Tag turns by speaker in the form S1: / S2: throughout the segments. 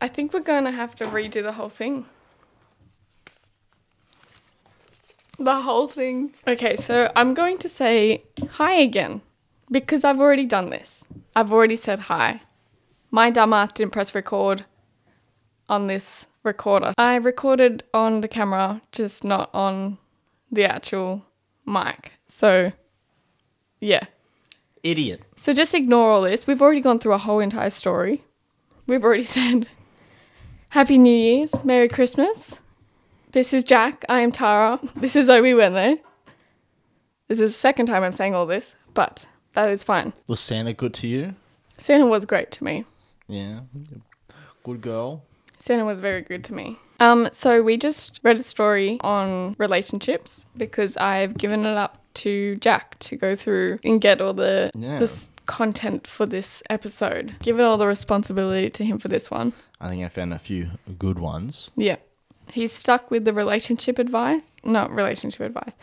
S1: I think we're gonna have to redo the whole thing.
S2: The whole thing.
S1: Okay, so I'm going to say hi again because I've already done this. I've already said hi. My dumb ass didn't press record on this recorder. I recorded on the camera, just not on the actual mic. So, yeah.
S3: Idiot.
S1: So just ignore all this. We've already gone through a whole entire story. We've already said Happy New Year's, Merry Christmas. This is Jack. I am Tara. This is Obi Wenlow. This is the second time I'm saying all this, but that is fine.
S3: Was Santa good to you?
S1: Santa was great to me.
S3: Yeah. Good girl.
S1: Santa was very good to me. Um, so we just read a story on relationships because I've given it up to Jack to go through and get all the
S3: Yeah.
S1: this content for this episode. Give it all the responsibility to him for this one.
S3: I think I found a few good ones.
S1: Yeah. He's stuck with the relationship advice. Not relationship advice.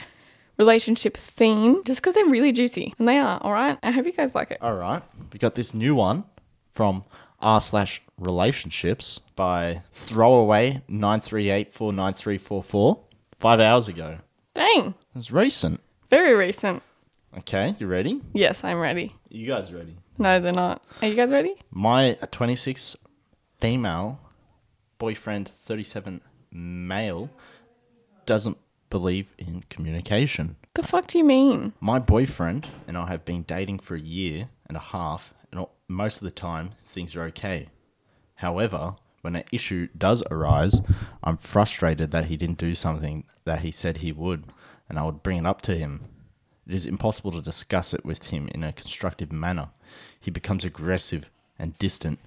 S1: Relationship theme. Just because they're really juicy. And they are, all right? I hope you guys like it.
S3: All right. We got this new one from r slash relationships by throwaway 938493444 five hours ago.
S1: Dang.
S3: It was recent.
S1: Very recent.
S3: Okay, you ready?
S1: Yes, I'm ready.
S3: You guys ready?
S1: No, they're not. Are you guys ready?
S3: My 26 female boyfriend, 37 male, doesn't believe in communication.
S1: The fuck do you mean?
S3: My boyfriend and I have been dating for a year and a half, and al- most of the time things are okay. However, when an issue does arise, I'm frustrated that he didn't do something that he said he would, and I would bring it up to him. It is impossible to discuss it with him in a constructive manner. He becomes aggressive and distant,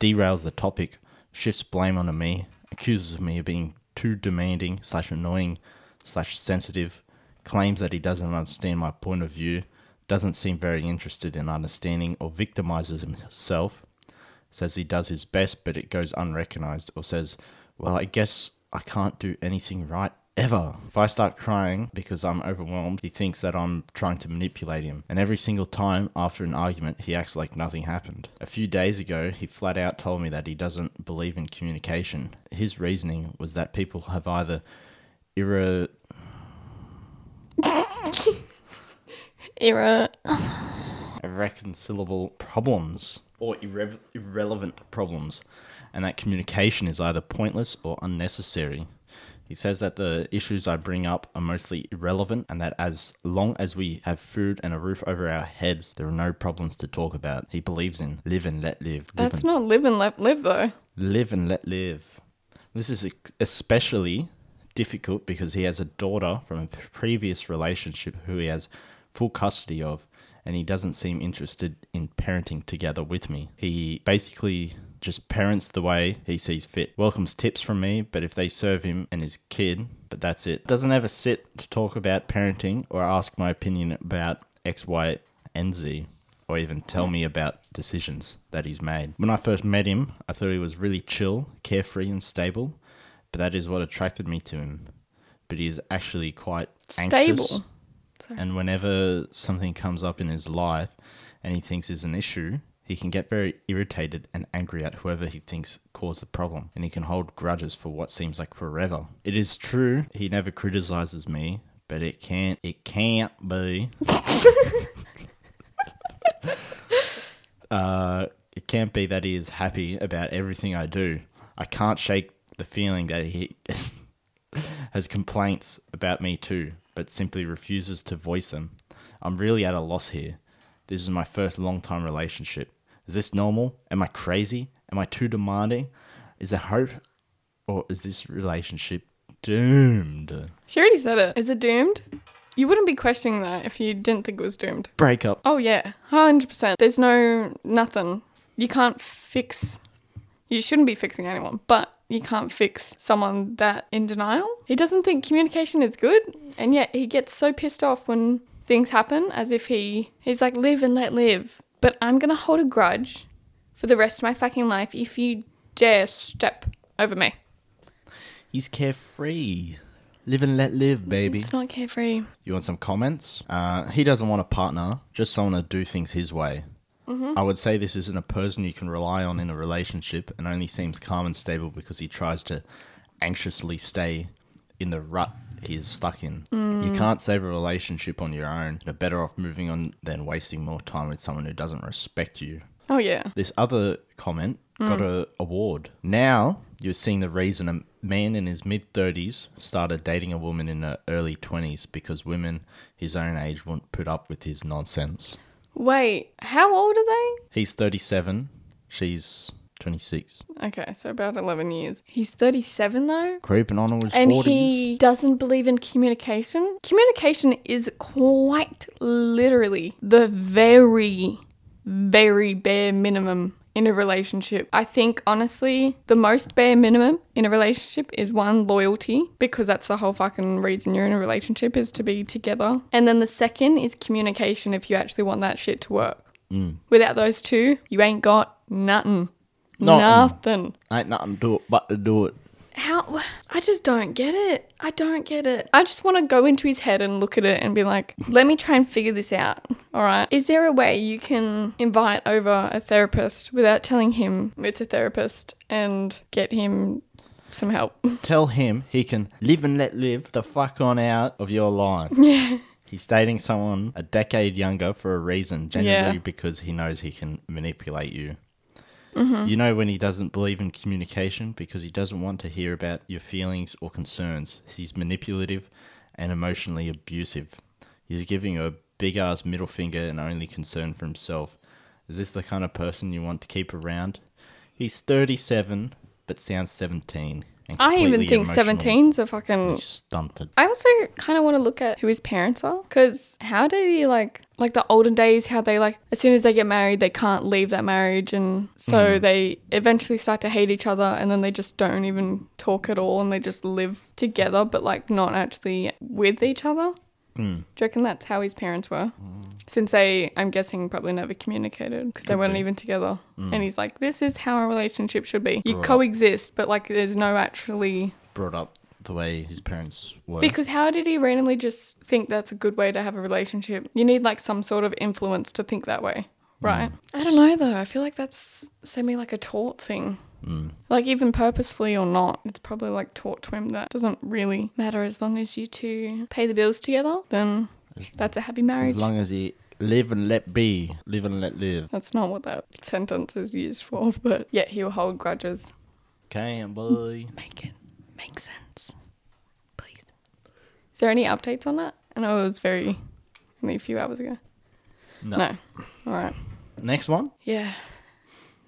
S3: derails the topic, shifts blame onto me, accuses me of being too demanding slash annoying slash sensitive, claims that he doesn't understand my point of view, doesn't seem very interested in understanding or victimizes himself, says he does his best but it goes unrecognized, or says, Well, I guess I can't do anything right ever. If I start crying because I'm overwhelmed, he thinks that I'm trying to manipulate him. And every single time after an argument, he acts like nothing happened. A few days ago, he flat out told me that he doesn't believe in communication. His reasoning was that people have either irre
S1: Era.
S3: irreconcilable problems or irre- irrelevant problems, and that communication is either pointless or unnecessary. He says that the issues I bring up are mostly irrelevant, and that as long as we have food and a roof over our heads, there are no problems to talk about. He believes in live and let live. live
S1: That's
S3: and
S1: not live and let live, though.
S3: live and let live. This is ex- especially difficult because he has a daughter from a p- previous relationship who he has full custody of, and he doesn't seem interested in parenting together with me. He basically just parents the way he sees fit. Welcomes tips from me, but if they serve him and his kid, but that's it. Doesn't ever sit to talk about parenting or ask my opinion about X, Y, and Z or even tell me about decisions that he's made. When I first met him, I thought he was really chill, carefree, and stable, but that is what attracted me to him. But he is actually quite anxious.
S1: Stable. Sorry.
S3: And whenever something comes up in his life and he thinks is an issue, he can get very irritated and angry at whoever he thinks caused the problem, and he can hold grudges for what seems like forever. It is true he never criticizes me, but it can't it can't be uh, it can't be that he is happy about everything I do. I can't shake the feeling that he has complaints about me too, but simply refuses to voice them. I'm really at a loss here. This is my first long time relationship. Is this normal? Am I crazy? Am I too demanding? Is there hope? Or is this relationship doomed?
S1: She already said it. Is it doomed? You wouldn't be questioning that if you didn't think it was doomed.
S3: Break up.
S1: Oh, yeah. 100%. There's no nothing. You can't fix. You shouldn't be fixing anyone, but you can't fix someone that in denial. He doesn't think communication is good, and yet he gets so pissed off when things happen as if he he's like live and let live. But I'm going to hold a grudge for the rest of my fucking life if you dare step over me.
S3: He's carefree. Live and let live, baby.
S1: It's not carefree.
S3: You want some comments? Uh, he doesn't want a partner, just someone to do things his way. I would say this isn't a person you can rely on in a relationship and only seems calm and stable because he tries to anxiously stay in the rut he is stuck in. You can't save a relationship on your own. You're better off moving on than wasting more time with someone who doesn't respect you.
S1: Oh yeah.
S3: This other comment got
S1: Hmm.
S3: a award. Now you're seeing the reason a man in his mid 30s started dating a woman in her early 20s because women his own age wouldn't put up with his nonsense.
S1: Wait, how old are they?
S3: He's 37, she's 26.
S1: Okay, so about 11 years. He's 37 though.
S3: Creeping on to his
S1: And
S3: 40s.
S1: he doesn't believe in communication. Communication is quite literally the very, very bare minimum in a relationship. I think, honestly, the most bare minimum in a relationship is one, loyalty, because that's the whole fucking reason you're in a relationship is to be together. And then the second is communication if you actually want that shit to work. Without those two, you ain't got nothing.
S3: Nothing.
S1: Nothing
S3: Ain't nothing to it but to do it.
S1: how I just don't get it. I don't get it. I just want to go into his head and look at it and be like, let me try and figure this out. All right. Is there a way you can invite over a therapist without telling him it's a therapist and get him some help?
S3: Tell him he can live and let live the fuck on out of your life. Yeah. He's dating someone a decade younger for a reason, generally
S1: Yeah.
S3: because he knows he can manipulate you.
S1: Mm-hmm.
S3: You know when he doesn't believe in communication because he doesn't want to hear about your feelings or concerns. He's manipulative and emotionally abusive. He's giving you a big ass middle finger and only concern for himself. Is this the kind of person you want to keep around? He's 37 but sounds 17. and
S1: I even
S3: completely
S1: think
S3: emotionally
S1: 17's a fucking
S3: stunted.
S1: I also kind of want to look at who his parents are because how did he like like the olden days how they like as soon as they get married they can't leave that marriage and so they eventually start to hate each other and then they just don't even talk at all and they just live together but like not actually with each other. Do you reckon that's how his parents were? Since they, I'm guessing, probably never communicated because they weren't even together. And he's like, this is how a relationship should be. You coexist, but like there's no actually
S3: Brought up the way his parents were.
S1: because how did he randomly just think that's a good way to have a relationship? You need like some sort of influence to think that way,
S3: Hmm.
S1: right? I don't know though. I feel like that's semi like a taught thing.
S3: Hmm.
S1: Like even purposefully or not, it's probably like taught to him that doesn't really matter as long as you two pay the bills together. Then that's a happy marriage.
S3: as long as he live and let be, live and let live.
S1: that's not what that sentence is used for, but yeah, he'll hold grudges.
S3: Can't boy.
S1: Make it make sense, please. Is there any updates on that? I know it was very only a few hours ago.
S3: No.
S1: No. All right.
S3: Next one.
S1: Yeah.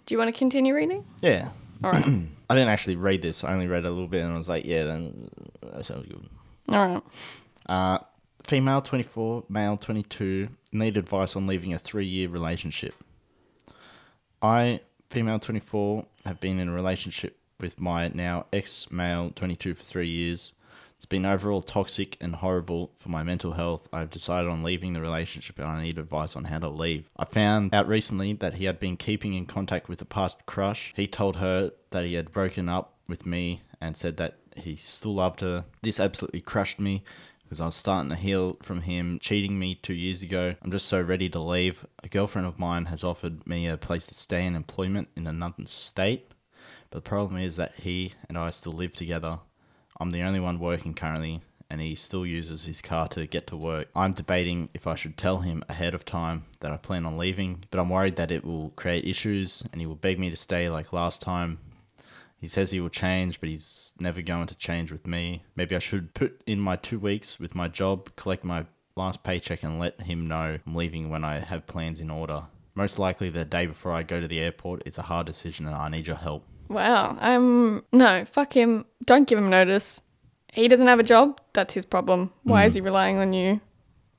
S1: Do you want to continue reading?
S3: Yeah.
S1: All right.
S3: I didn't actually read this. I only read a little bit, and I was like, yeah, then that sounds good.
S1: All right.
S3: Uh, female 24, male 22, need advice on leaving a three year relationship. I, female 24, have been in a relationship with my now ex male 22 for three years. It's been overall toxic and horrible for my mental health. I've decided on leaving the relationship and I need advice on how to leave. I found out recently that he had been keeping in contact with a past crush. He told her that he had broken up with me and said that he still loved her. This absolutely crushed me because I was starting to heal from him cheating me two years ago. I'm just so ready to leave. A girlfriend of mine has offered me a place to stay in employment in another state, but the problem is that he and I still live together. I'm the only one working currently, and he still uses his car to get to work. I'm debating if I should tell him ahead of time that I plan on leaving, but I'm worried that it will create issues and he will beg me to stay like last time. He says he will change, but he's never going to change with me. Maybe I should put in my two weeks with my job, collect my last paycheck, and let him know I'm leaving when I have plans in order. Most likely the day before I go to the airport, it's a hard decision and I need your help.
S1: Wow. I'm no, fuck him. Don't give him notice. He doesn't have a job. That's his problem. Why is he relying on you?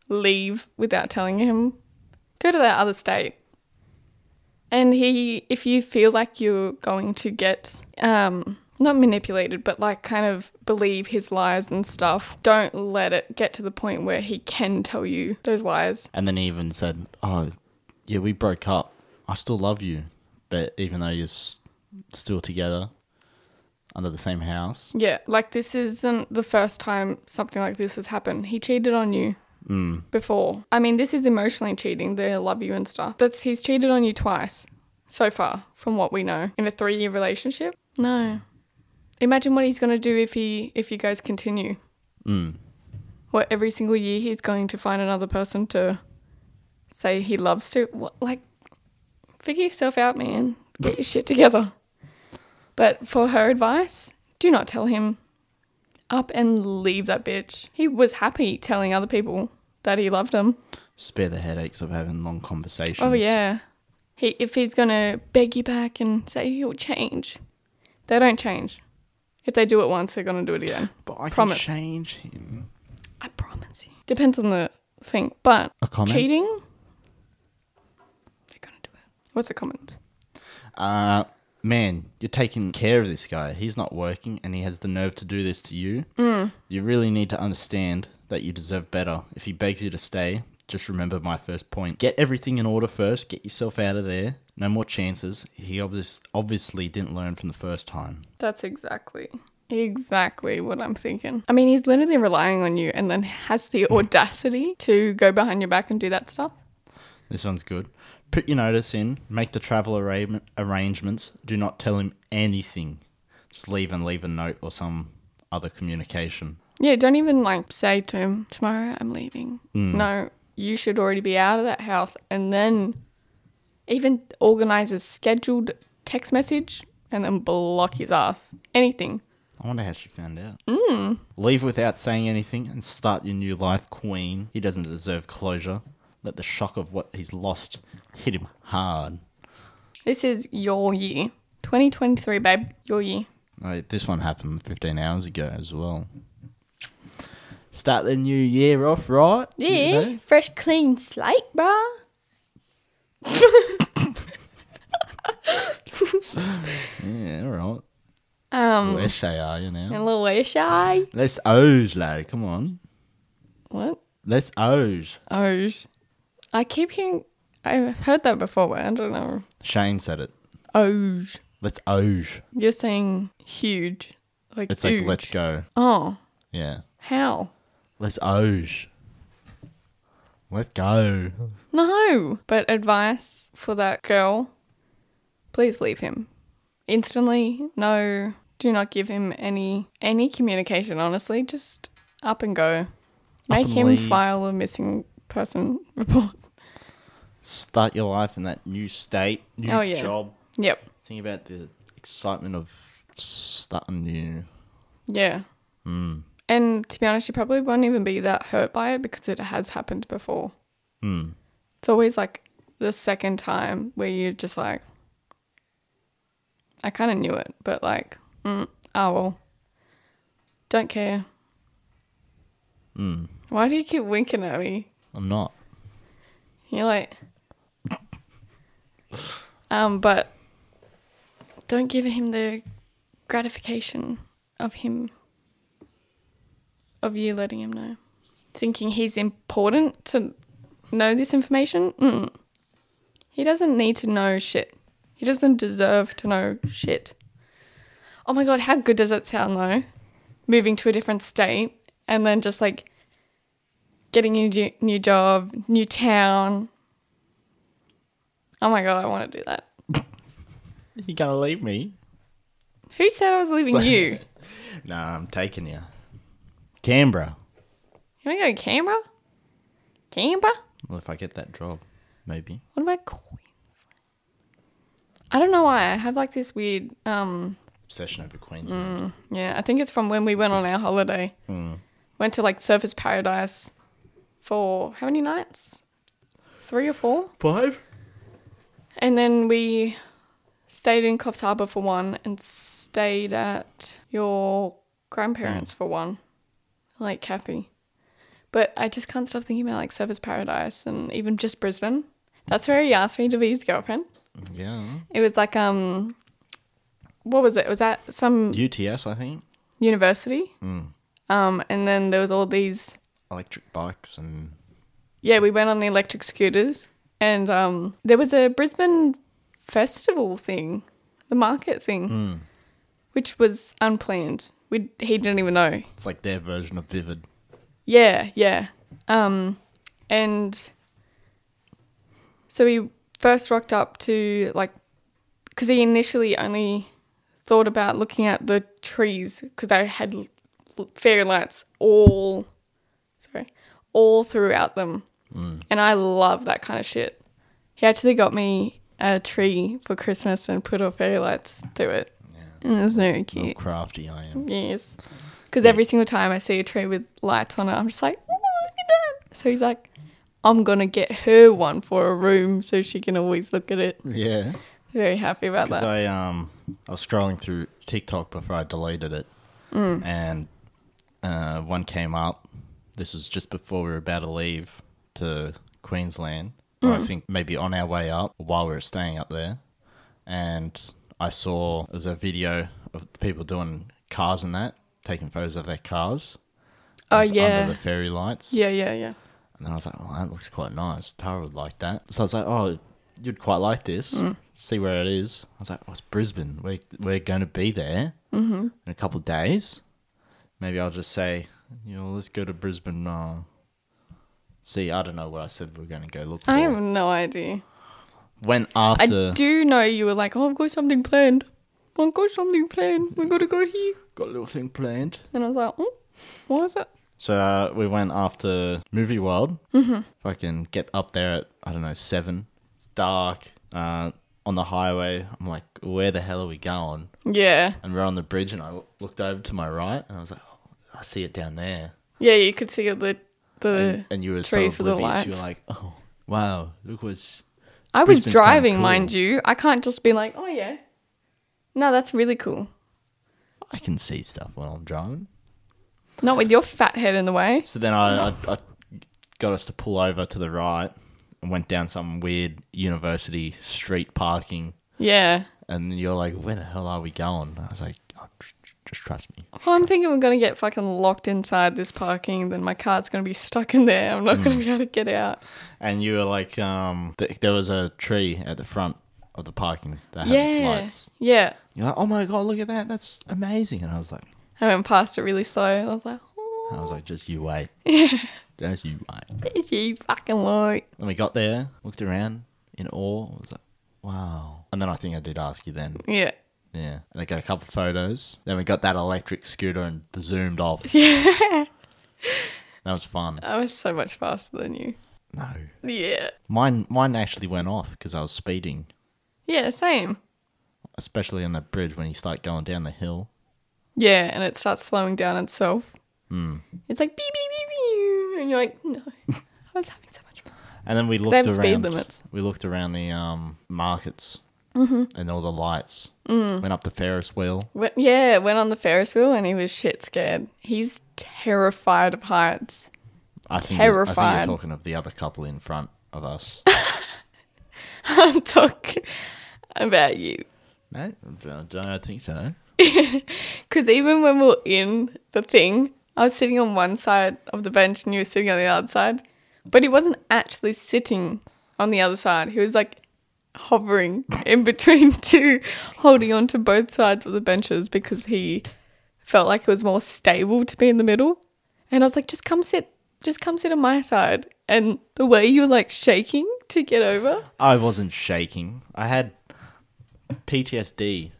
S1: Leave without telling him. Go to that other state. And he if you feel like you're going to get um not manipulated, but like kind of believe his lies and stuff. Don't let it get to the point where he can tell you those lies.
S3: And then he even said, Oh, yeah, we broke up. I still love you, but even though you're s- still together under the same house,
S1: Yeah, like this isn't the first time something like this has happened. He cheated on you before. I mean, this is emotionally cheating. They love you and stuff. That's he's cheated on you twice so far, from what we know, in a three-year relationship. No, imagine what he's gonna do if he if you guys continue. What every single year he's going to find another person to say he loves to. What like, figure yourself out, man. Get your shit together. But for her advice, do not tell him up and leave that bitch. He was happy telling other people that he loved them.
S3: Spare the headaches of having long conversations.
S1: Oh yeah. He if he's gonna beg you back and say he'll change. They don't change. If they do it once, they're gonna do it again.
S3: But I
S1: Promise.
S3: can change him.
S1: I promise you. Depends on the thing. But
S3: A comment?
S1: cheating They're gonna do it. What's a comment?
S3: Uh, man, you're taking care of this guy. He's not working and he has the nerve to do this to you. You really need to understand that you deserve better. If he begs you to stay, just remember my first point. Get everything in order first, get yourself out of there. No more chances. He obvious, obviously didn't learn from the first time.
S1: That's exactly exactly what I'm thinking. I mean he's literally relying on you and then has the audacity to go behind your back and do that stuff.
S3: This one's good. Put your notice in, make the travel arra- arrangements, do not tell him anything. Just leave and leave a note or some other communication.
S1: Yeah, don't even like say to him, tomorrow I'm leaving. No, you should already be out of that house and then even organize a scheduled text message and then block his ass. Anything.
S3: I wonder how she found out. Leave without saying anything and start your new life, queen. He doesn't deserve closure. Let the shock of what he's lost hit him hard.
S1: This is your year. 2023, babe. Your year.
S3: Like, this one happened 15 hours ago as well. Start the new year off right. you
S2: Yeah,
S3: know?
S2: fresh clean slate, bruh.
S3: Yeah, all right.
S1: Um,
S3: Where she are you now?
S2: And a little way shy.
S3: Let's O's, lad. Come on.
S1: what?
S3: Let's O's.
S1: Oh, sh- I keep hearing, I've heard that before, but I don't know.
S3: Shane said it.
S1: Oh, sh-
S3: Let's O's.
S1: you're saying huge. Like,
S3: It's like,
S1: huge.
S3: let's go.
S1: Oh,
S3: Yeah.
S1: how?
S3: Let's O's. Let's go.
S1: No. But advice for that girl please leave him instantly. No, do not give him any any communication, honestly. Just up and go. Make
S3: and
S1: him
S3: leave.
S1: file a missing person report.
S3: Start your life in that new state, new
S1: Oh, yeah.
S3: job.
S1: Yep.
S3: Think about the excitement of starting new.
S1: Yeah. And to be honest, you probably won't even be that hurt by it because it has happened before.
S3: Mm.
S1: It's always like the second time where you're just like, I kind of knew it, but like, mm, oh well, don't care.
S3: Mm.
S1: Why do you keep winking at me?
S3: I'm not.
S1: You're like, um, but don't give him the gratification of him, of you letting him know. Thinking he's important to know this information? Mm. He doesn't need to know shit. He doesn't deserve to know shit. Oh my god, how good does that sound though? Moving to a different state and then just like getting a new, new job, new town. Oh my god, I want to do that.
S3: You gonna leave me?
S1: Who said I was leaving you?
S3: Nah, I'm taking you. Canberra.
S1: You want to go to Canberra? Canberra?
S3: Well, if I get that job, maybe.
S1: What about Queensland? I don't know why I have like this weird. um
S3: Obsession over Queensland.
S1: Yeah, I think it's from when we went on our holiday. Went to like Surface Paradise for how many nights? Three or four?
S3: Five?
S1: And then we stayed in Coffs Harbour for one and stayed at your grandparents for one, like Kathy. But I just can't stop thinking about like Surfers Paradise and even just Brisbane. That's where he asked me to be his girlfriend.
S3: Yeah.
S1: It was like, um, what was it? It was at some
S3: UTS, I think.
S1: university. Um, and then there was all these
S3: Electric bikes and
S1: Yeah, we went on the electric scooters, and um, there was a Brisbane festival thing, the market thing, which was unplanned. We he didn't even know.
S3: it's like their version of Vivid.
S1: Yeah, yeah. Um, and so he first rocked up to like, because he initially only thought about looking at the trees because they had l- l- fairy lights all, sorry, all throughout them, and I love that kind of shit. He actually got me a tree for Christmas and put all fairy lights through it. And it was very
S3: How
S1: cute.
S3: crafty I am.
S1: Yes. Because every single time I see a tree with lights on it, I'm just like, "Ooh, look at that. So he's like, I'm going to get her one for a room so she can always look at it.
S3: Yeah.
S1: Very happy about
S3: Because
S1: that.
S3: I um I was scrolling through TikTok before I deleted it,
S1: Mm.
S3: and uh, one came up. This was just before we were about to leave to Queensland. Or
S1: Mm.
S3: I think maybe on our way up while we were staying up there, and I saw it was a video of people doing cars and that taking photos of their cars.
S1: Oh,
S3: It was
S1: yeah.
S3: under the fairy lights.
S1: yeah, yeah, yeah.
S3: And then I was like, well, that looks quite nice. Tara would like that. So I was like, oh, you'd quite like this.
S1: Mm.
S3: See where it is. I was like, oh, it's Brisbane. We're, we're going to be there
S1: Mm-hmm.
S3: in a couple of days. Maybe I'll just say, you know, let's go to Brisbane. Uh, see, I don't know what I said we are going to go look for.
S1: I have no idea.
S3: Went
S1: I
S3: after.
S1: do know you were like, oh, I've got something planned. I've got something planned. We've got to go here.
S3: Got a little thing planned.
S1: And I was like, oh, what is it?
S3: So uh, we went after Movie World. Mm-hmm. Fucking get up there at I don't know seven. It's dark uh, on the highway. I'm like, where the hell are we going?
S1: Yeah.
S3: And we're on the bridge, and I l- looked over to my right, and I was like, oh, I see it down there.
S1: Yeah, you could see the. the
S3: And, and you were so
S1: trees with the
S3: oblivious. You were
S1: lights.
S3: like, oh wow, look what's
S1: I was
S3: Brisbane's kinda
S1: driving,
S3: cool.
S1: mind you. I can't just be like, oh, yeah. No, that's really cool.
S3: I can see stuff when I'm driving.
S1: Not with your fat head in the way.
S3: So then I, I, I got us to pull over to the right and went down some weird university street parking.
S1: Yeah.
S3: And you're like, where the hell are we going? I was like, oh, tr- tr- just trust me.
S1: Well, Oh, I'm thinking we're going to get fucking locked inside this parking. Then my car's going to be stuck in there. I'm not going to be able to get out.
S3: And you were like, um, th- there was a tree at the front of the parking that had its
S1: Yeah.
S3: lights.
S1: Yeah.
S3: You're like, oh my god, look at that, that's amazing. And I was like,
S1: I went past it really slow. I was like, oh,
S3: I was like, just you wait. just you wait.
S1: is you fucking light?
S3: And we got there, looked around in awe. I was like, wow. And then I think I did ask you then.
S1: Yeah.
S3: Yeah. And I got a couple photos. Then we got that electric scooter and zoomed off. That was fun.
S1: I was so much faster than you.
S3: No.
S1: Yeah.
S3: Mine mine actually went off because I was speeding,
S1: Yeah, same.
S3: especially on the bridge when you start going down the hill.
S1: Yeah, and it starts slowing down itself. It's like beep, beep, beep, beep. And you're like, no. I was having so much fun.
S3: And then we
S1: they
S3: looked
S1: have
S3: around.
S1: speed limits. Mm-hmm.
S3: We looked around the um, markets and all the lights.
S1: Mm.
S3: Went up the Ferris wheel.
S1: Went, yeah, went on the Ferris wheel and he was shit scared. He's terrified of heights.
S3: I think, I
S1: Terrified.
S3: think you're talking of the other couple in front of us.
S1: I'm talking about you.
S3: no, I don't think so.
S1: Because even when we were in the thing, I was sitting on one side of the bench and you were sitting on the other side. But he wasn't actually sitting on the other side. He was like hovering in between two, holding on to both sides of the benches because he felt like it was more stable to be in the middle. And I was like, just come sit, just come sit on my side. And the way you were like shaking to get over
S3: I wasn't shaking. I had PTSD.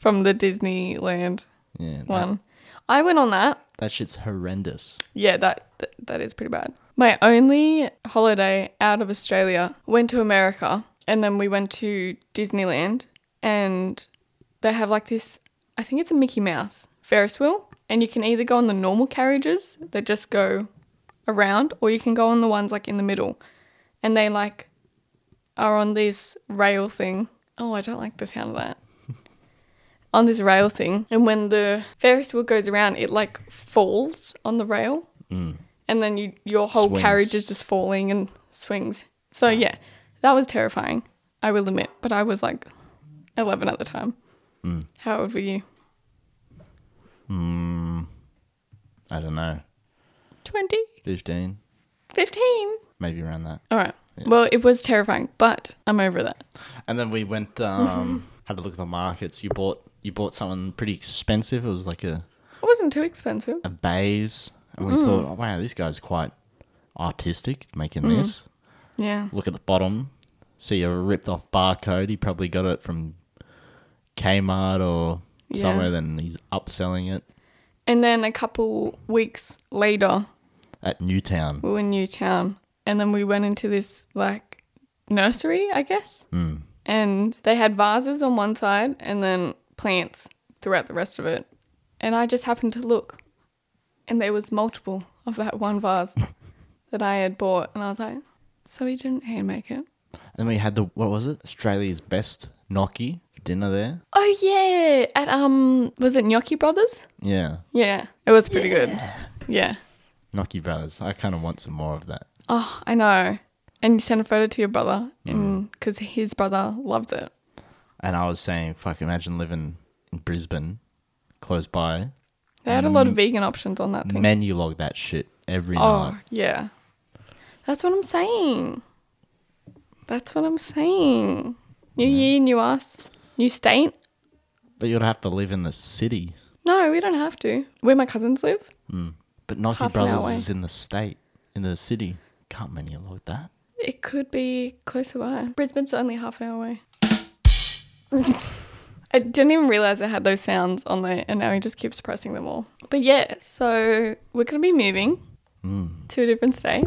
S1: from the Disneyland
S3: Yeah, that,
S1: one, I went on that
S3: that shit's horrendous.
S1: Yeah, that, that that is pretty bad. My only holiday out of Australia went to America, and then we went to Disneyland, and they have like this. I think it's a Mickey Mouse Ferris wheel, and you can either go on the normal carriages that just go around, or you can go on the ones like in the middle, and they like are on this rail thing. Oh, I don't like the sound of that on this rail thing. And when the Ferris wheel goes around, it like falls on the rail. And then you, your whole
S3: Swings.
S1: carriage is just falling and swings. So, yeah, that was terrifying, I will admit. But I was like 11 at the time. How old were you?
S3: I don't know.
S1: 20?
S3: 15,
S1: 15?
S3: maybe around that.
S1: All right. Well, it was terrifying, but I'm over that.
S3: And then we went um had a look at the markets. You bought you bought something pretty expensive. It was like a
S1: It wasn't too expensive.
S3: a bays and we thought, "Oh, wow, this guy's quite artistic making this.
S1: Yeah.
S3: Look at the bottom, see a ripped off barcode. He probably got it from Kmart or
S1: Yeah.
S3: somewhere, then he's upselling it
S1: And then a couple weeks later,
S3: at Newtown.
S1: we were in Newtown, and then we went into this like nursery, I guess.
S3: Mm.
S1: And they had vases on one side and then plants throughout the rest of it. And I just happened to look, and there was multiple of that one vase that I had bought, and I was like, "So he didn't hand make it."
S3: And we had the, what was it? Australia's best gnocchi for dinner there.
S1: Oh yeah, at um, was it Gnocchi Brothers?
S3: Yeah.
S1: Yeah, it was pretty good. Yeah.
S3: Gnocchi Brothers. I kind of want some more of that.
S1: Oh, I know. And you send a photo to your brother, and because his brother loves it.
S3: And I was saying, fuck, imagine living in Brisbane, close by.
S1: They had a lot of vegan options on that thing.
S3: Menu log that shit every
S1: Oh,
S3: night.
S1: yeah. That's what I'm saying. That's what I'm saying. New year, new us, new state.
S3: But you'd have to live in the city.
S1: No, we don't have to. Where my cousins live?
S3: But Gnocchi
S1: Half an hour away.
S3: Brothers is in the state, in the city. Can't menu log that.
S1: It could be closer by. Brisbane's only half an hour away. I didn't even realize I had those sounds on there, and now he just keeps pressing them all. But yeah, so we're going to be moving
S3: Mm.
S1: to a different state.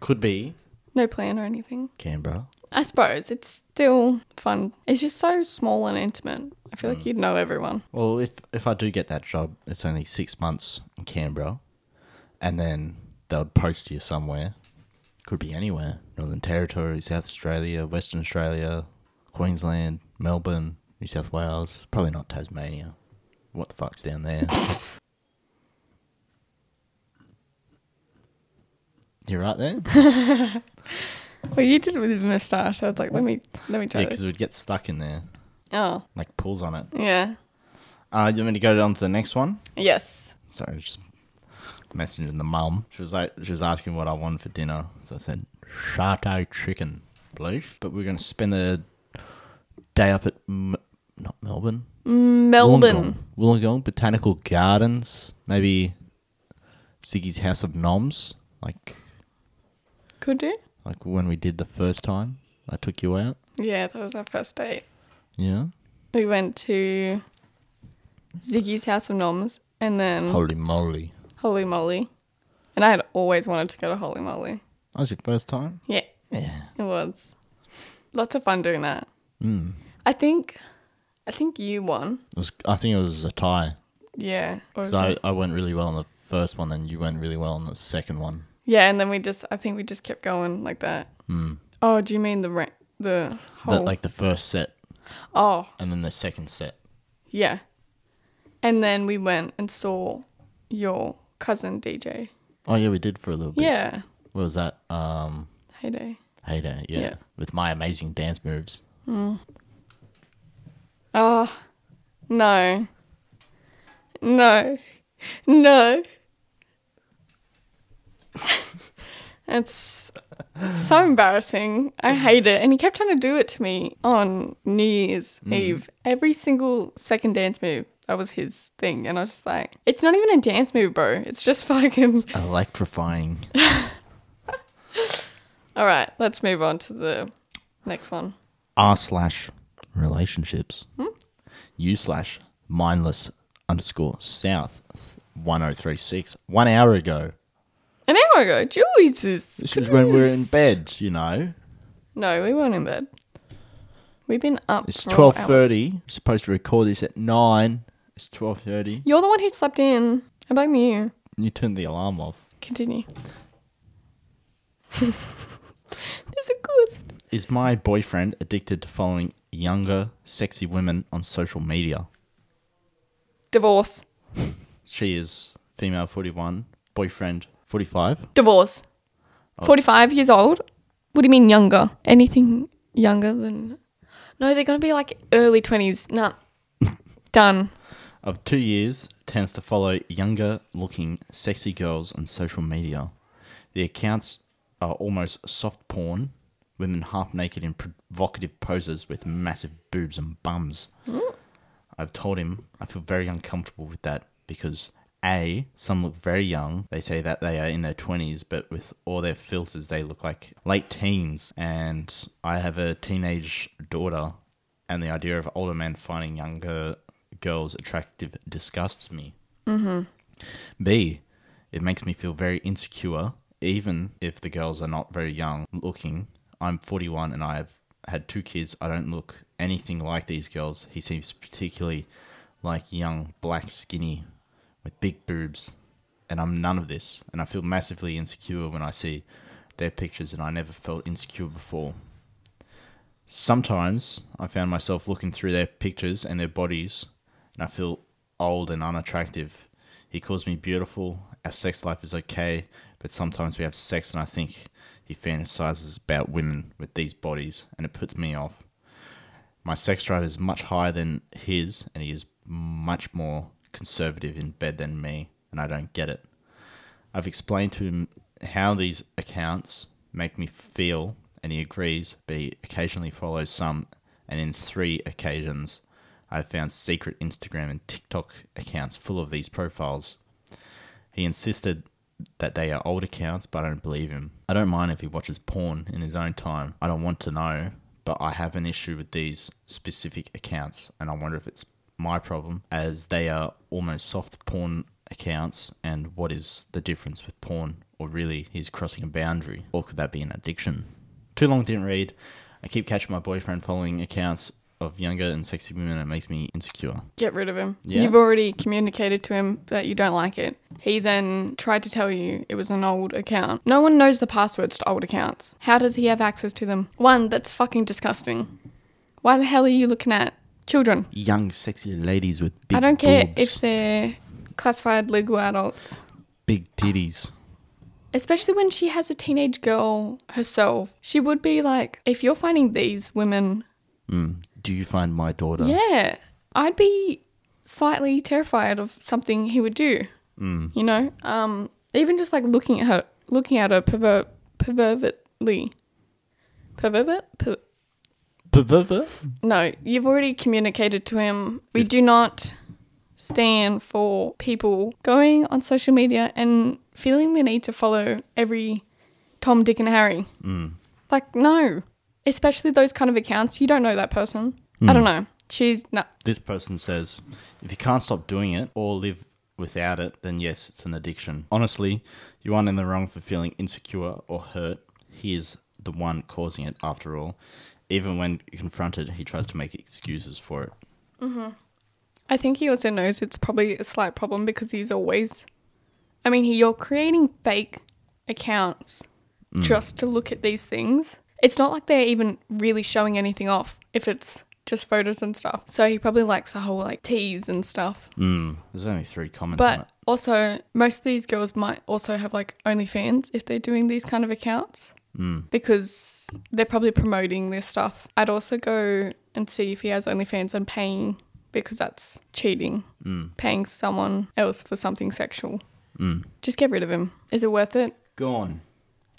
S3: Could be
S1: No plan or anything.
S3: Canberra.
S1: I suppose it's still fun. It's just so small and intimate. I feel like you'd know everyone.
S3: Well, if if I do get that job, it's only six months in Canberra, and then they'll post you somewhere. Could be anywhere: Northern Territory, South Australia, Western Australia, Queensland, Melbourne, New South Wales. Probably not Tasmania. What the fuck's down there? You're right there.
S1: Well, you did it with a moustache. I was like, let me let me try
S3: yeah, because
S1: this.
S3: we'd get stuck in there,
S1: Oh,
S3: like pulls on it.
S1: yeah.
S3: Uh, you want me to go on to the next one?
S1: Yes.
S3: Sorry, just messaging the mum. She was like, she was asking what I wanted for dinner, so I said satay chicken, please. But we're gonna spend the day up at M- not Melbourne,
S1: Melbourne.
S3: Wollongong, Wollongong Botanical Gardens, maybe Ziggy's House of Noms, like
S1: Could you?
S3: like when we did the first time. I took you out.
S1: Yeah, that was our first date.
S3: Yeah.
S1: We went to Ziggy's House of Noms and then
S3: Holy moly!
S1: Holy Moly. And I had always wanted to go to Holy Moly.
S3: That was your first time.
S1: Yeah,
S3: Yeah.
S1: it was. Lots of fun doing that. I think I think you won.
S3: Hmm. It was. I think it was a tie.
S1: Yeah. Or was
S3: So I,
S1: it-
S3: I went really well on the first one, then you went really well on the second one.
S1: Yeah, and then we just I think we just kept going like that. Oh, do you mean the ra- the whole
S3: Hmm. The, like the first set
S1: Oh,
S3: and then the second set.
S1: yeah. And then we went and saw your cousin DJ.
S3: Oh yeah, we did for a little bit.
S1: Yeah.
S3: What was that? Um,
S1: Heyday.
S3: Heyday. Yeah.
S1: Yeah.
S3: With my amazing dance moves.
S1: Oh, no. No. No. it's so embarrassing. I hate it. And he kept trying to do it to me on New Year's
S3: Mm.
S1: Eve. Every single second dance move, that was his thing. And I was just like, it's not even a dance move, bro. It's just fucking.
S3: Electrifying.
S1: All right, let's move on to the next one.
S3: R slash relationships.
S1: Hmm?
S3: U slash mindless underscore south one oh three six. One hour ago.
S1: An hour ago. Jesus.
S3: This is when we were in bed, you know.
S1: No, we weren't in bed. We've been up.
S3: It's
S1: for all
S3: twelve
S1: hours.
S3: thirty. Supposed to record this at nine. It's twelve thirty.
S1: You're the one who slept in. I blame you.
S3: You turned the alarm off.
S1: Continue. There's a ghost.
S3: Is my boyfriend addicted to following younger, sexy women on social media?
S1: Divorce.
S3: She is female 41, boyfriend 45.
S1: Divorce.
S3: Oh.
S1: 45 years old. What do you mean younger? Anything younger than. No, they're going to be like early 20s. Nah. Done.
S3: Of two years, tends to follow younger looking, sexy girls on social media. The accounts are almost soft porn, women half naked in provocative poses with massive boobs and bums. I've told him I feel very uncomfortable with that because A, some look very young. They say that they are in their 20s, but with all their filters, they look like late teens. And I have a teenage daughter, and the idea of older men finding younger girls attractive disgusts me. B, it makes me feel very insecure, even if the girls are not very young looking. I'm 41 and I have had two kids. I don't look anything like these girls. He seems particularly like young, black, skinny, with big boobs. And I'm none of this. And I feel massively insecure when I see their pictures, and I never felt insecure before. Sometimes I found myself looking through their pictures and their bodies, and I feel old and unattractive. He calls me beautiful. Our sex life is okay, but sometimes we have sex, and I think he fantasizes about women with these bodies, and it puts me off. My sex drive is much higher than his, and he is much more conservative in bed than me, and I don't get it. I've explained to him how these accounts make me feel, and he agrees, but he occasionally follows some, and in three occasions, I've found secret Instagram and TikTok accounts full of these profiles. He insisted that they are old accounts, but I don't believe him. I don't mind if he watches porn in his own time. I don't want to know, but I have an issue with these specific accounts, and I wonder if it's my problem, as they are almost soft porn accounts, and what is the difference with porn? Or really, he's crossing a boundary, or could that be an addiction? Too long didn't read. I keep catching my boyfriend following accounts of younger and sexy women, and it makes me insecure.
S1: Get rid of him.
S3: Yeah.
S1: You've already communicated to him that you don't like it. He then tried to tell you it was an old account. No one knows the passwords to old accounts. How does he have access to them? One, that's fucking disgusting. Why the hell are you looking at children?
S3: Young, sexy ladies with big
S1: I don't care
S3: boobs,
S1: if they're classified legal adults.
S3: big titties.
S1: Especially when she has a teenage girl herself. She would be like, if you're finding these women,
S3: Do you find my daughter?
S1: yeah, I'd be slightly terrified of something he would do. Mm. You know? Um, even just like looking at her, looking at her pervert, pervertly. Pervert? Per-
S3: Pervert?
S1: no, you've already communicated to him. We do not stand for people going on social media and feeling the need to follow every Tom, Dick, and Harry. Like, no. Especially those kind of accounts. You don't know that person. I don't know. She's not.
S3: This person says, if you can't stop doing it or live without it, then yes, it's an addiction. Honestly, you aren't in the wrong for feeling insecure or hurt. He is the one causing it, after all. Even when confronted, he tries to make excuses for it.
S1: I think he also knows it's probably a slight problem because he's always. I mean, he- you're creating fake accounts just to look at these things. It's not like they're even really showing anything off if it's just photos and stuff. So he probably likes the whole like tease and stuff.
S3: Mm. There's only three comments on it.
S1: But also, most of these girls might also have like OnlyFans if they're doing these kind of accounts
S3: Mm.
S1: because they're probably promoting their stuff. I'd also go and see if he has OnlyFans and paying because that's cheating,
S3: Mm.
S1: paying someone else for something sexual. Just get rid of him. Is it worth it?
S3: Gone.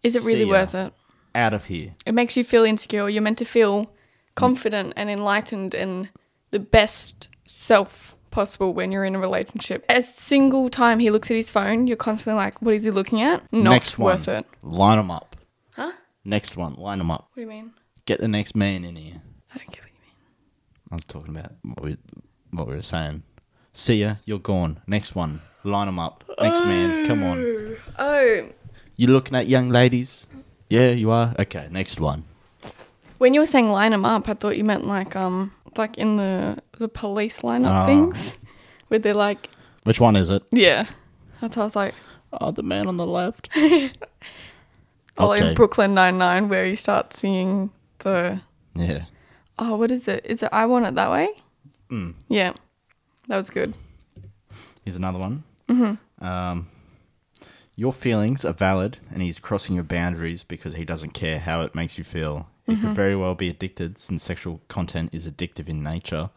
S1: Is it really
S3: See ya.
S1: worth it?
S3: Out of here.
S1: It makes you feel insecure. You're meant to feel confident and enlightened and the best self possible when you're in a relationship. A single time he looks at his phone, you're constantly like, what is he looking at? Not
S3: Next one.
S1: worth it.
S3: Line them up.
S1: Huh?
S3: Next one. Line them up.
S1: What do you mean?
S3: Get the next man in here.
S1: I don't get what you mean.
S3: I was talking about what we, what we were saying. See ya, you're gone. Next one, line them up. Next man, come on.
S1: Oh,
S3: You looking at young ladies? Yeah, you are. Okay, next one.
S1: when you were saying line them up, I thought you meant like um like in the the police line up
S3: Ah.
S1: things where they're like,
S3: Which one is it?
S1: yeah. That's how I was like,
S3: Oh, the man on the left.
S1: oh,
S3: Okay.
S1: in Brooklyn Nine Nine, where you start seeing the
S3: Yeah.
S1: Oh, what is it? Is it I Want It That Way? Mm. Yeah. That was good.
S3: Here's another one. Mm-hmm. Um, your feelings are valid, and he's crossing your boundaries because he doesn't care how it makes you feel. He could very well be addicted, since sexual content is addictive in nature.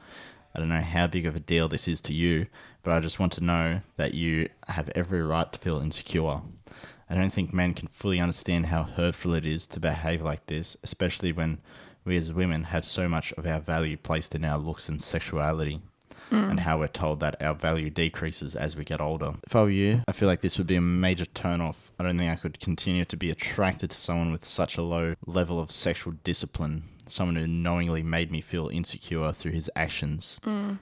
S3: I don't know how big of a deal this is to you, but I just want to know that you have every right to feel insecure. I don't think men can fully understand how hurtful it is to behave like this, especially when we as women have so much of our value placed in our looks and sexuality. and how we're told that our value decreases as we get older. Mm. If I were you, I feel like this would be a major turnoff. I don't think I could continue to be attracted to someone with such a low level of sexual discipline. Someone who knowingly made me feel insecure through his actions.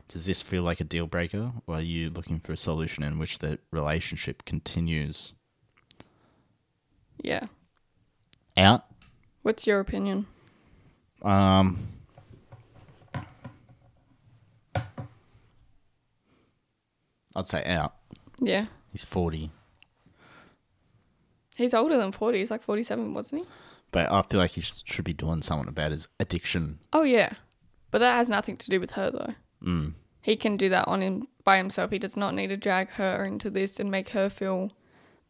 S3: Does this feel like a deal breaker, or are you looking for a solution in which the relationship continues?
S1: Yeah.
S3: Out.
S1: What's your opinion?
S3: Um, I'd say out.
S1: Yeah.
S3: He's 40.
S1: He's older than 40. He's like 47, wasn't he?
S3: But I feel like he sh- should be doing something about his addiction.
S1: Oh, yeah. But that has nothing to do with her, though. Mm. He can do that on him by himself. He does not need to drag her into this and make her feel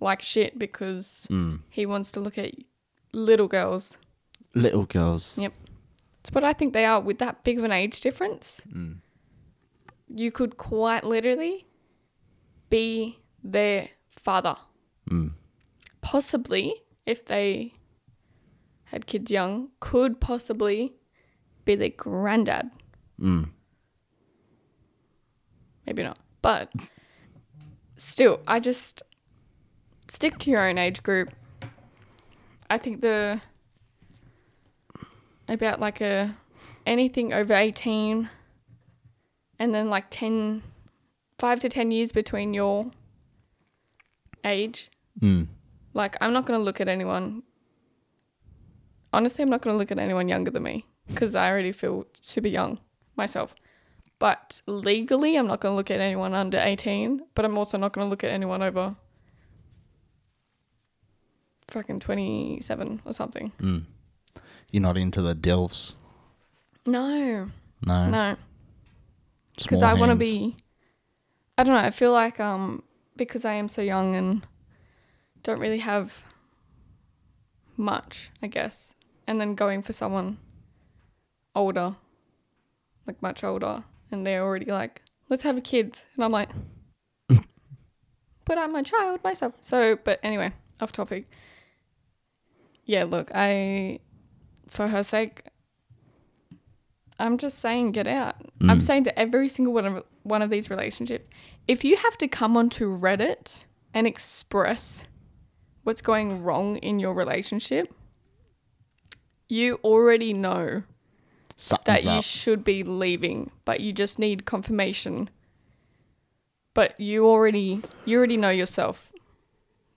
S1: like shit because he wants to look at little girls.
S3: Little girls.
S1: Yep. It's what I think they are with that big of an age difference. You could quite literally be their father. Possibly, if they had kids young, could possibly be their granddad. Maybe not. But still, I just stick to your own age group. I think the about like a anything over 18 and then like 10 5 to 10 years between your age
S3: Mm.
S1: like i'm not going to look at anyone honestly i'm not going to look at anyone younger than me because i already feel super young myself but legally i'm not going to look at anyone under 18 but i'm also not going to look at anyone over fucking 27 or something
S3: Mm. You're not into the DILFs.
S1: no
S3: No.
S1: no because
S3: Small
S1: I want to
S3: hands.
S1: be. I don't know. I feel like um because I am so young and don't really have much, I guess. And then going for someone older, like much older, and they're already like, let's have a kid, and I'm like, but I'm a child myself. So, but anyway, off topic. Yeah, look, I, for her sake, I'm just saying get out. I'm saying to every single one of one of these relationships, if you have to come onto Reddit and express what's going wrong in your relationship, you already know that
S3: Something's
S1: you
S3: up.
S1: should be leaving, but you just need confirmation. But you already you already know yourself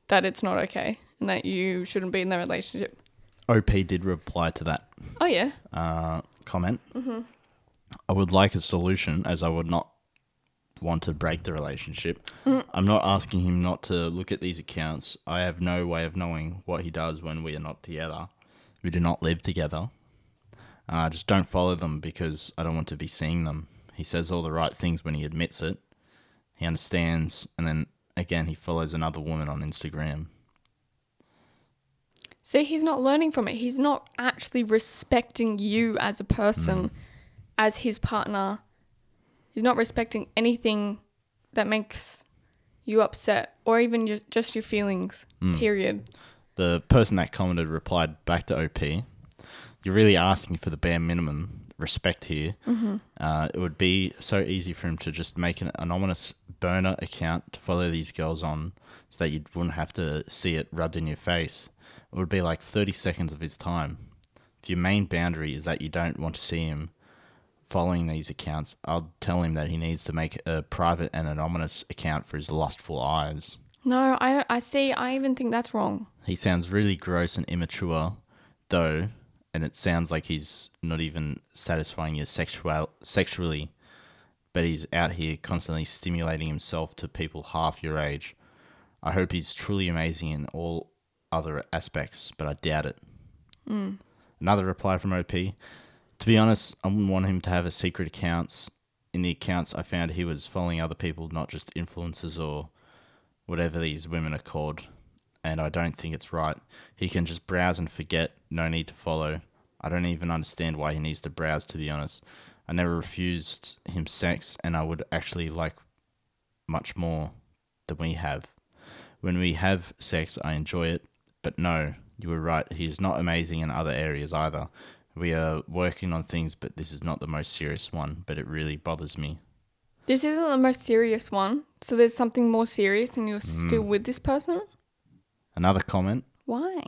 S1: that it's not okay and that you shouldn't be in the relationship.
S3: OP did reply to that
S1: Oh yeah.
S3: uh, comment. I would like a solution as I would not want to break the relationship. I'm not asking him not to look at these accounts. I have no way of knowing what he does when we are not together. We do not live together. Uh, just don't follow them because I don't want to be seeing them. He says all the right things when he admits it. He understands, and then again, he follows another woman on Instagram.
S1: See, he's not learning from it. He's not actually respecting you as a person, as his partner. He's not respecting anything that makes you upset or even just, just your feelings, period.
S3: the person that commented replied back to OP, "You're really asking for the bare minimum respect here. Uh, it would be so easy for him to just make an anonymous burner account to follow these girls on, so that you wouldn't have to see it rubbed in your face. It would be like 30 seconds of his time. If your main boundary is that you don't want to see him." Following these accounts, I'll tell him that he needs to make a private and anonymous account for his lustful eyes.
S1: No, I, I see. I even think that's wrong.
S3: He sounds really gross and immature, though, and it sounds like he's not even satisfying you sexual sexually, but he's out here constantly stimulating himself to people half your age. I hope he's truly amazing in all other aspects, but I doubt it. Another reply from OP. To be honest, I wouldn't want him to have a secret accounts. In the accounts, I found he was following other people, not just influencers or whatever these women are called, and I don't think it's right. He can just browse and forget, no need to follow. I don't even understand why he needs to browse, to be honest. I never refused him sex, and I would actually like much more than we have. When we have sex, I enjoy it, but no, you were right. He is not amazing in other areas either. We are working on things, but this is not the most serious one, but it really bothers me.
S1: This isn't the most serious one. So there's something more serious and you're still with this person?
S3: Another comment,
S1: Why?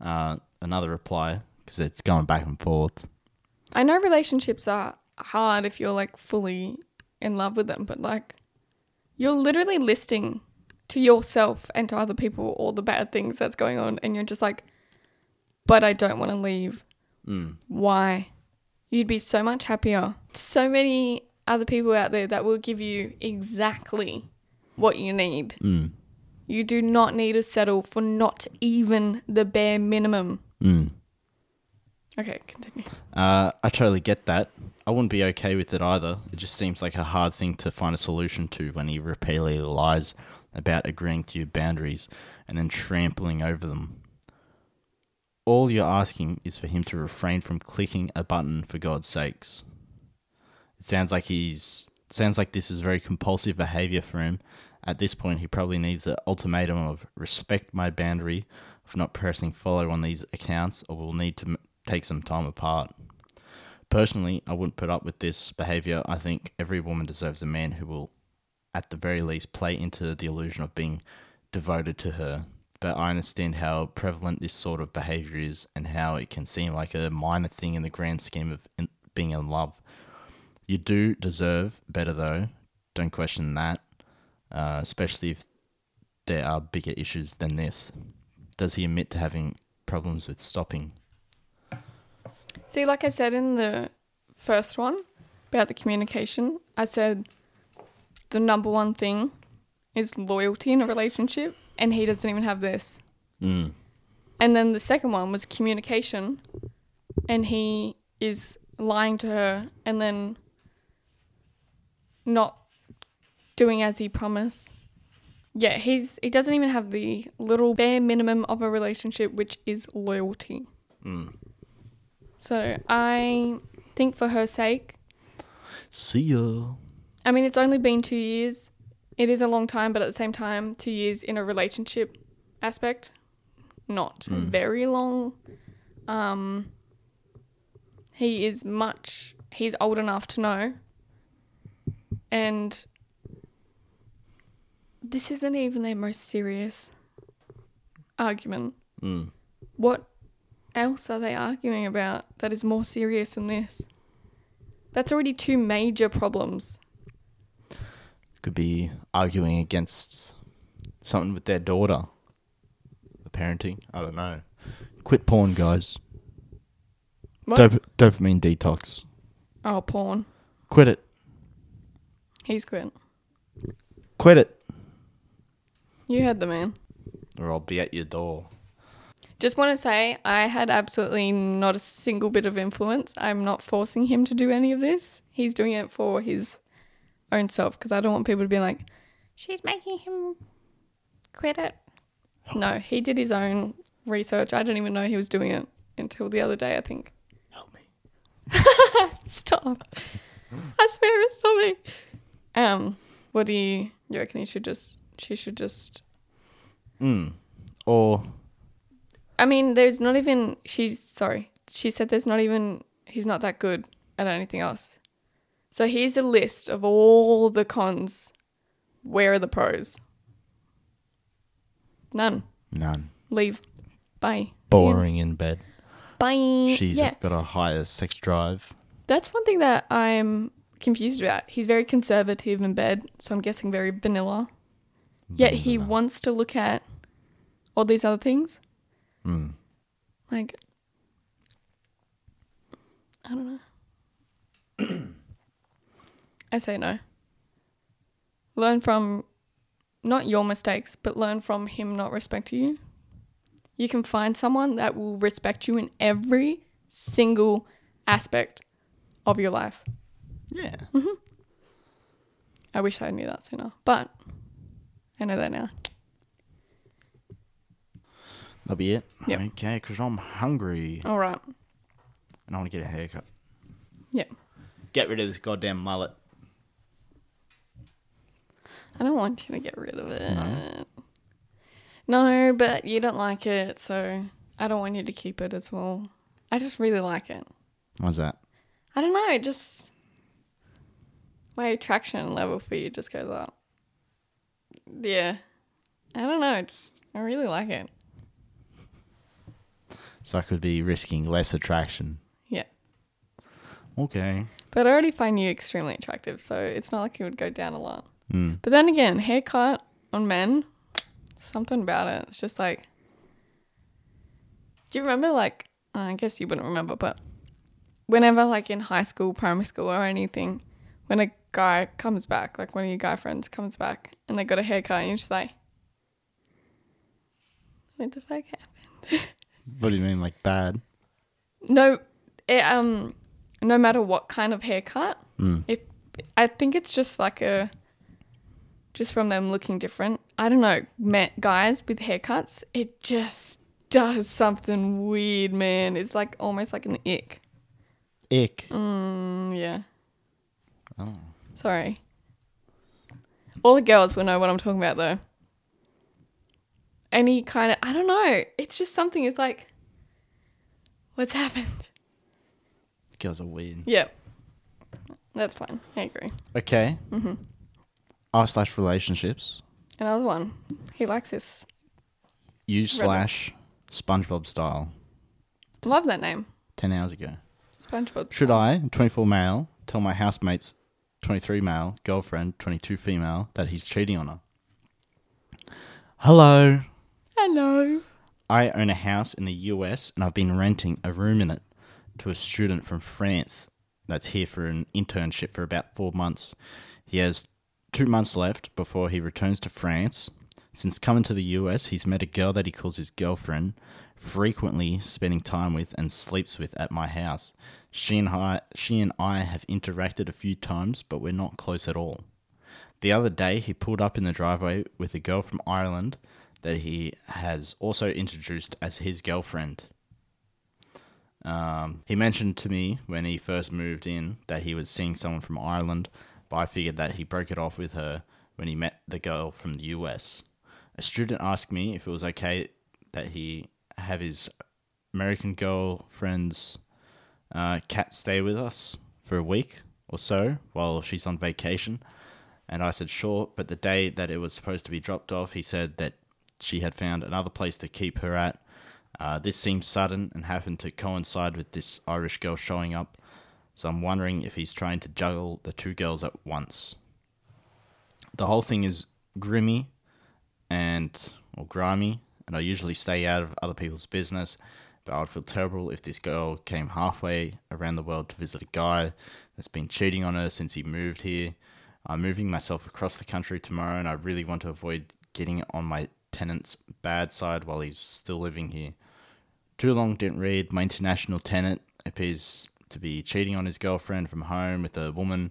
S3: uh, another reply, because it's going back and forth.
S1: I know relationships are hard if you're like fully in love with them, but like you're literally listing to yourself and to other people all the bad things that's going on, and you're just like, but I don't want to leave. Mm. Why? You'd be so much happier. So many other people out there that will give you exactly what you need.
S3: Mm.
S1: You do not need to settle for not even the bare minimum.
S3: Mm.
S1: Okay, continue.
S3: Uh, I totally get that. I wouldn't be okay with it either. It just seems like a hard thing to find a solution to when he repeatedly lies about agreeing to your boundaries and then trampling over them. All you're asking is for him to refrain from clicking a button for God's sakes. It sounds like he's sounds like this is very compulsive behavior for him. At this point, he probably needs an ultimatum of respect my boundary of not pressing follow on these accounts, or we'll need to m- take some time apart. Personally, I wouldn't put up with this behavior. I think every woman deserves a man who will, at the very least, play into the illusion of being devoted to her. But I understand how prevalent this sort of behavior is and how it can seem like a minor thing in the grand scheme of in, being in love. You do deserve better, though. Don't question that, uh, especially if there are bigger issues than this. Does he admit to having problems with stopping?
S1: See, like I said in the first one about the communication, I said the number one thing is loyalty in a relationship, and he doesn't even have this.
S3: Mm.
S1: And then the second one was communication, and he is lying to her and then not doing as he promised. Yeah, he's he doesn't even have the little bare minimum of a relationship, which is loyalty. So I think for her sake,
S3: See ya.
S1: I mean, it's only been two years. It is a long time, but at the same time, two years in a relationship aspect, not very long. Um, he is much, he's old enough to know. And this isn't even their most serious argument.
S3: Mm.
S1: What else are they arguing about that is more serious than this? That's already two major problems.
S3: could be arguing against something with their daughter. The parenting, I don't know. Quit porn, guys.
S1: What?
S3: Dop- dopamine detox.
S1: Oh, porn.
S3: Quit it.
S1: He's quit.
S3: Quit it.
S1: You heard the man.
S3: Or I'll be at your door.
S1: Just want to say, I had absolutely not a single bit of influence. I'm not forcing him to do any of this. He's doing it for his own self because I don't want people to be like,
S2: She's making him quit it.
S1: no, he did his own research. I didn't even know he was doing it until the other day, I think.
S3: Help me.
S1: Stop. I swear it's not me. Um, what do you, you reckon he should just, she should just
S3: Mm. Or
S1: I mean, there's not even she's sorry. She said there's not even he's not that good at anything else. So here's a list of all the cons. Where are the pros? None.
S3: none.
S1: Leave. Bye.
S3: Boring in bed.
S1: Bye.
S3: She's
S1: yeah.
S3: got a higher sex drive.
S1: That's one thing that I'm confused about. He's very conservative in bed, so I'm guessing very vanilla. Yet he wants to look at all these other things.
S3: Mm.
S1: Like, I don't know. I say no. Learn from not your mistakes, but learn from him not respecting you. You can find someone that will respect you in every single aspect of your life.
S3: Yeah.
S1: I wish I knew that sooner, but I know that now.
S3: That'll be it.
S1: Yep.
S3: Okay, because I'm hungry
S1: All right.
S3: and I want to get a haircut.
S1: Yeah.
S3: Get rid of this goddamn mullet.
S1: I don't want you to get rid of it. No, but you don't like it, so I don't want you to keep it as well. I just really like it.
S3: Why's that?
S1: I don't know, it just my attraction level for you just goes up. Yeah. I don't know. Just, I really like it.
S3: So I could be risking less attraction.
S1: Yeah.
S3: Okay.
S1: But I already find you extremely attractive, so it's not like it would go down a lot. But then again, haircut on men, something about it. It's just like, do you remember? Like, uh, I guess you wouldn't remember, but whenever, like in high school, primary school, or anything, when a guy comes back, like one of your guy friends comes back and they got a haircut, and you're just like, what the fuck happened?
S3: What do you mean, like bad?
S1: no, it, um, no matter what kind of haircut, it, I think it's just like a, just from them looking different. I don't know, ma guys with haircuts, it just does something weird, man. It's like almost like an ick.
S3: Ick. Oh,
S1: Mm, yeah. Sorry. All the girls will know what I'm talking about, though. Any kind of, I don't know. It's just something. It's like, what's happened?
S3: Girls are weird.
S1: Yep. That's fine. I agree.
S3: Okay. Mm-hmm. R slash relationships.
S1: Another one. He likes this.
S3: You slash SpongeBob style.
S1: Love that name.
S3: 10 hours ago.
S1: SpongeBob.
S3: Should I, 24 male, tell my housemates, 23 male, girlfriend, 22 female, that he's cheating on her? Hello.
S1: Hello.
S3: I own a house in the US and I've been renting a room in it to a student from France that's here for an internship for about four months. He has two months left before he returns to France. Since coming to the US, he's met a girl that he calls his girlfriend, frequently spending time with and sleeps with at my house. She and I, she and I have interacted a few times, but we're not close at all. The other day, he pulled up in the driveway with a girl from Ireland that he has also introduced as his girlfriend. Um, he mentioned to me when he first moved in that he was seeing someone from Ireland, but I figured that he broke it off with her when he met the girl from the US. A student asked me if it was okay that he have his American girlfriend's uh, cat stay with us for a week or so while she's on vacation. And I said, sure. But the day that it was supposed to be dropped off, he said that she had found another place to keep her at. Uh, this seems sudden and happened to coincide with this Irish girl showing up. So I'm wondering if he's trying to juggle the two girls at once. The whole thing is grimy and or grimy, and I usually stay out of other people's business. But I'd feel terrible if this girl came halfway around the world to visit a guy that's been cheating on her since he moved here. I'm moving myself across the country tomorrow, and I really want to avoid getting on my tenant's bad side while he's still living here. Too long didn't read. My international tenant appears to be cheating on his girlfriend from home with a woman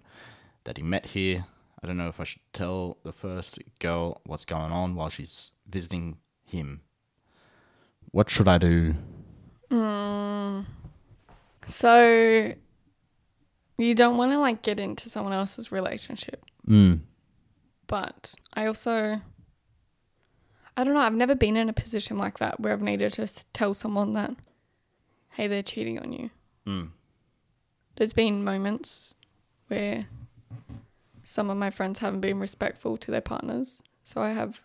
S3: that he met here. I don't know if I should tell the first girl what's going on while she's visiting him. What should I do?
S1: So, you don't want to like get into someone else's relationship.
S3: Mm.
S1: But I also, I don't know, I've never been in a position like that where I've needed to s- tell someone that, hey, they're cheating on you.
S3: Mm.
S1: There's been moments where some of my friends haven't been respectful to their partners, so I have,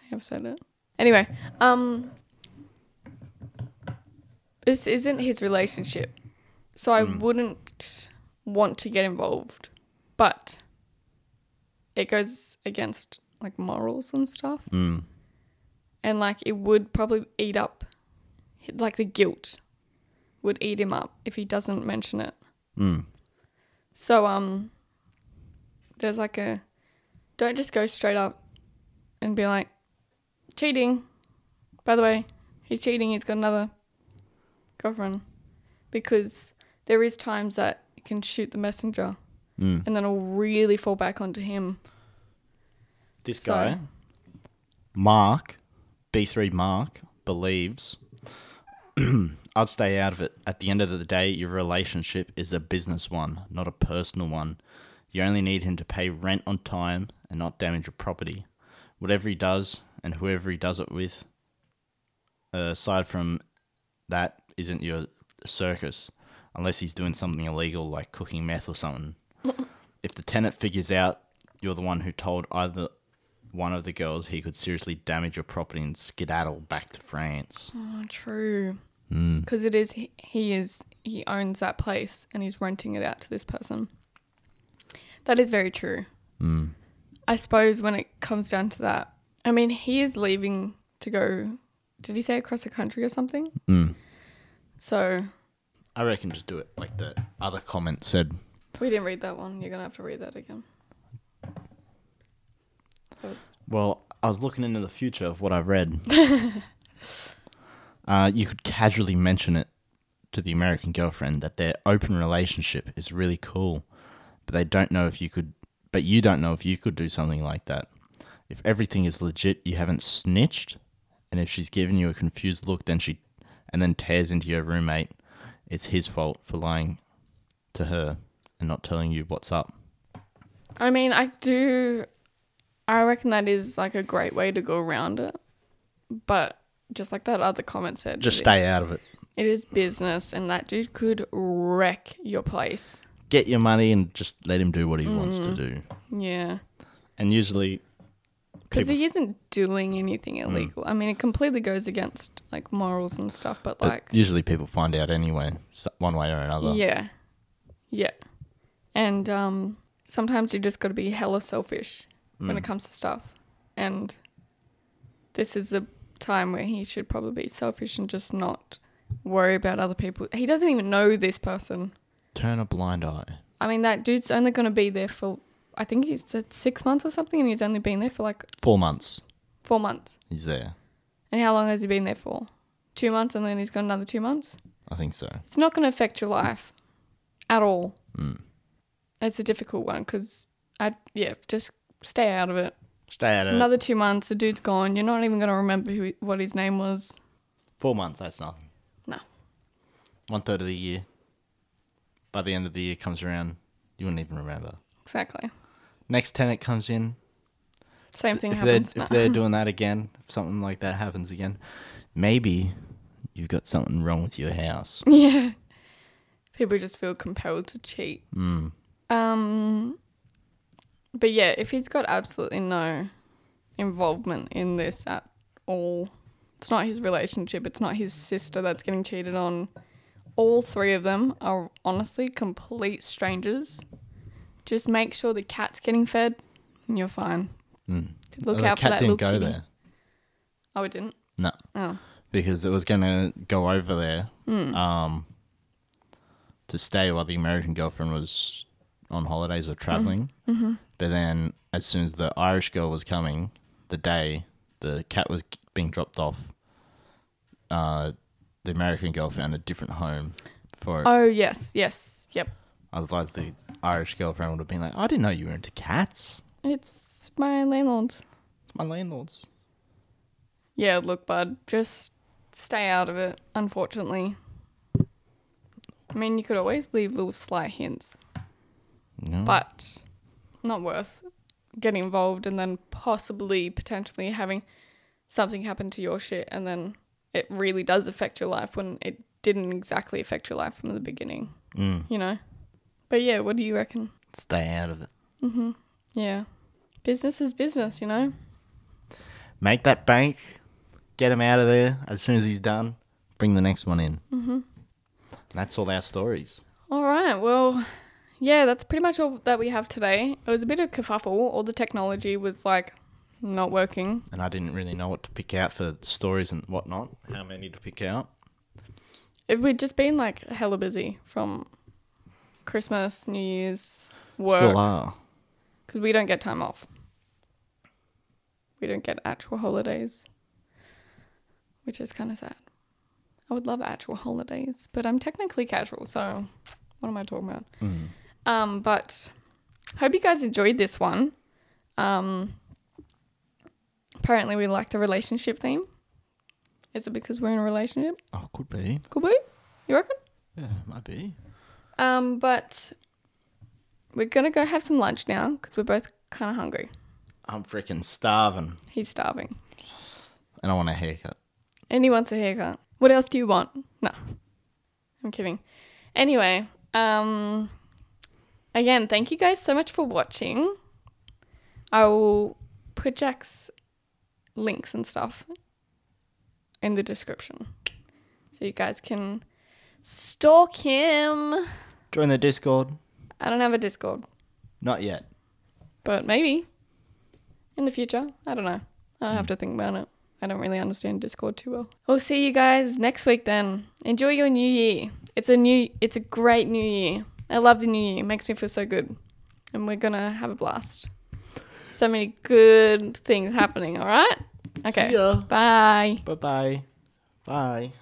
S1: I have said it. Anyway, um, this isn't his relationship, so I wouldn't want to get involved, but it goes against like morals and stuff
S3: Mm.
S1: and like it would probably eat up like the guilt would eat him up if he doesn't mention it
S3: Mm.
S1: so um there's like a don't just go straight up and be like cheating by the way he's cheating he's got another girlfriend because there is times that it can shoot the messenger
S3: Mm.
S1: and then it'll really fall back onto him
S3: This
S1: So-
S3: guy, Mark, B3 Mark, believes I'd stay out of it. At the end of the day, your relationship is a business one, not a personal one. You only need him to pay rent on time and not damage your property. Whatever he does and whoever he does it with, aside from that, isn't your circus, unless he's doing something illegal like cooking meth or something. If the tenant figures out you're the one who told either one of the girls, he could seriously damage your property and skedaddle back to France.
S1: Oh, true. Because it is he- he is he owns that place and he's renting it out to this person. That is very true. I suppose when it comes down to that, I mean, he is leaving to go. Did he say across the country or something? So
S3: Hmm. I reckon just do it like the other comment said.
S1: we didn't read that one. You're gonna have to read that again. That was-
S3: Well, I was looking into the future of what I've read. uh, you could casually mention it to the American girlfriend that their open relationship is really cool, but they don't know if you could. But you don't know if you could do something like that. If everything is legit, you haven't snitched, and if she's given you a confused look, then she, and then tears into your roommate, it's his fault for lying to her and not telling you what's up.
S1: I mean, I do. I reckon that is like a great way to go around it, but just like that other comment said,
S3: Just
S1: it-
S3: stay out of it.
S1: It is business, and that dude could wreck your place.
S3: get your money and just let him do what he wants
S1: Mm.
S3: to do.
S1: Yeah.
S3: And usually,
S1: Because
S3: People-
S1: he isn't doing anything illegal. I mean, it completely goes against like morals and stuff, but
S3: but
S1: like,
S3: usually people find out anyway, so- one way or another.
S1: yeah. Yeah. And um, sometimes you just got to be hella selfish when it comes to stuff. And this is the time where he should probably be selfish and just not worry about other people. He doesn't even know this person.
S3: Turn a blind eye.
S1: I mean, that dude's only going to be there for, I think he said six months or something, and he's only been there for like
S3: Four months
S1: four months.
S3: he's there.
S1: And how long has he been there for? Two months, and then he's got another two months.
S3: I think so.
S1: It's not going to affect your life at all.
S3: Mm.
S1: It's a difficult one because I, yeah, just stay out of it.
S3: Stay out of it.
S1: Another two months, the dude's gone. You're not even going to remember who, what his name was.
S3: Four months, that's nothing.
S1: No.
S3: One third of the year. By the end of the year comes around, you wouldn't even remember.
S1: Exactly.
S3: Next tenant comes in.
S1: Same thing
S3: if they're,
S1: happens.
S3: if they're doing that again, if something like that happens again, maybe you've got something wrong with your house.
S1: Yeah. People just feel compelled to cheat.
S3: Mm.
S1: Um but yeah, if he's got absolutely no involvement in this at all. It's not his relationship, it's not his sister that's getting cheated on. All three of them are honestly complete strangers. Just make sure the cat's getting fed and you're fine. Look
S3: Mm. Oh, The
S1: out for
S3: cat
S1: that
S3: didn't
S1: little
S3: go
S1: kitty.
S3: there.
S1: Oh, it didn't.
S3: No.
S1: Oh.
S3: because it was going to go over there um, to stay while the American girlfriend was on holidays or traveling. Mm-hmm. But then, as soon as the Irish girl was coming, the day the cat was being dropped off, uh, the American girl found a different home for it.
S1: Oh, yes. Yes. Yep.
S3: Otherwise, the Irish girlfriend would have been like, I didn't know you were into cats.
S1: It's my landlord.
S3: It's my landlord's.
S1: Yeah, look, bud, just stay out of it, unfortunately. I mean, you could always leave little slight hints,
S3: No.
S1: but not worth getting involved and then possibly, potentially having something happen to your shit and then it really does affect your life when it didn't exactly affect your life from the beginning,
S3: Mm.
S1: you know? But yeah, what do you reckon?
S3: Stay out of it.
S1: Yeah. Business is business, you know?
S3: make that bank, get him out of there as soon as he's done, bring the next one in. Mm-hmm. That's all our stories.
S1: All right. Well, yeah, that's pretty much all that we have today. It was a bit of kerfuffle. All the technology was like not working.
S3: And I didn't really know what to pick out for stories and whatnot, how many to pick out.
S1: It, we'd just been like hella busy from Christmas, New Year's, work
S3: are.
S1: because we don't get time off. We don't get actual holidays, which is kind of sad. I would love actual holidays, but I'm technically casual, so what am I talking about?
S3: Mm.
S1: Um, but hope you guys enjoyed this one. Um, apparently, we like the relationship theme. Is it because we're in a relationship?
S3: Oh, could be.
S1: Could be. You reckon?
S3: Yeah, might be.
S1: Um, but we're gonna go have some lunch now because we're both kind of hungry.
S3: I'm freaking starving
S1: He's starving,
S3: and I want a haircut.
S1: and he wants a haircut. What else do you want? No, I'm kidding. Anyway, um, Again, thank you guys so much for watching. I will put Jack's links and stuff in the description. So you guys can stalk him.
S3: Join the Discord.
S1: I don't have a Discord,
S3: Not yet.
S1: but maybe in the future. I don't know. I'll have to think about it. I don't really understand Discord too well. We'll see you guys next week then. Enjoy your new year. It's a new it's a great new year. I love the new year. It makes me feel so good. And we're gonna have a blast. So many good things happening, alright? Okay.
S3: Yeah.
S1: Bye.
S3: Bye bye. Bye.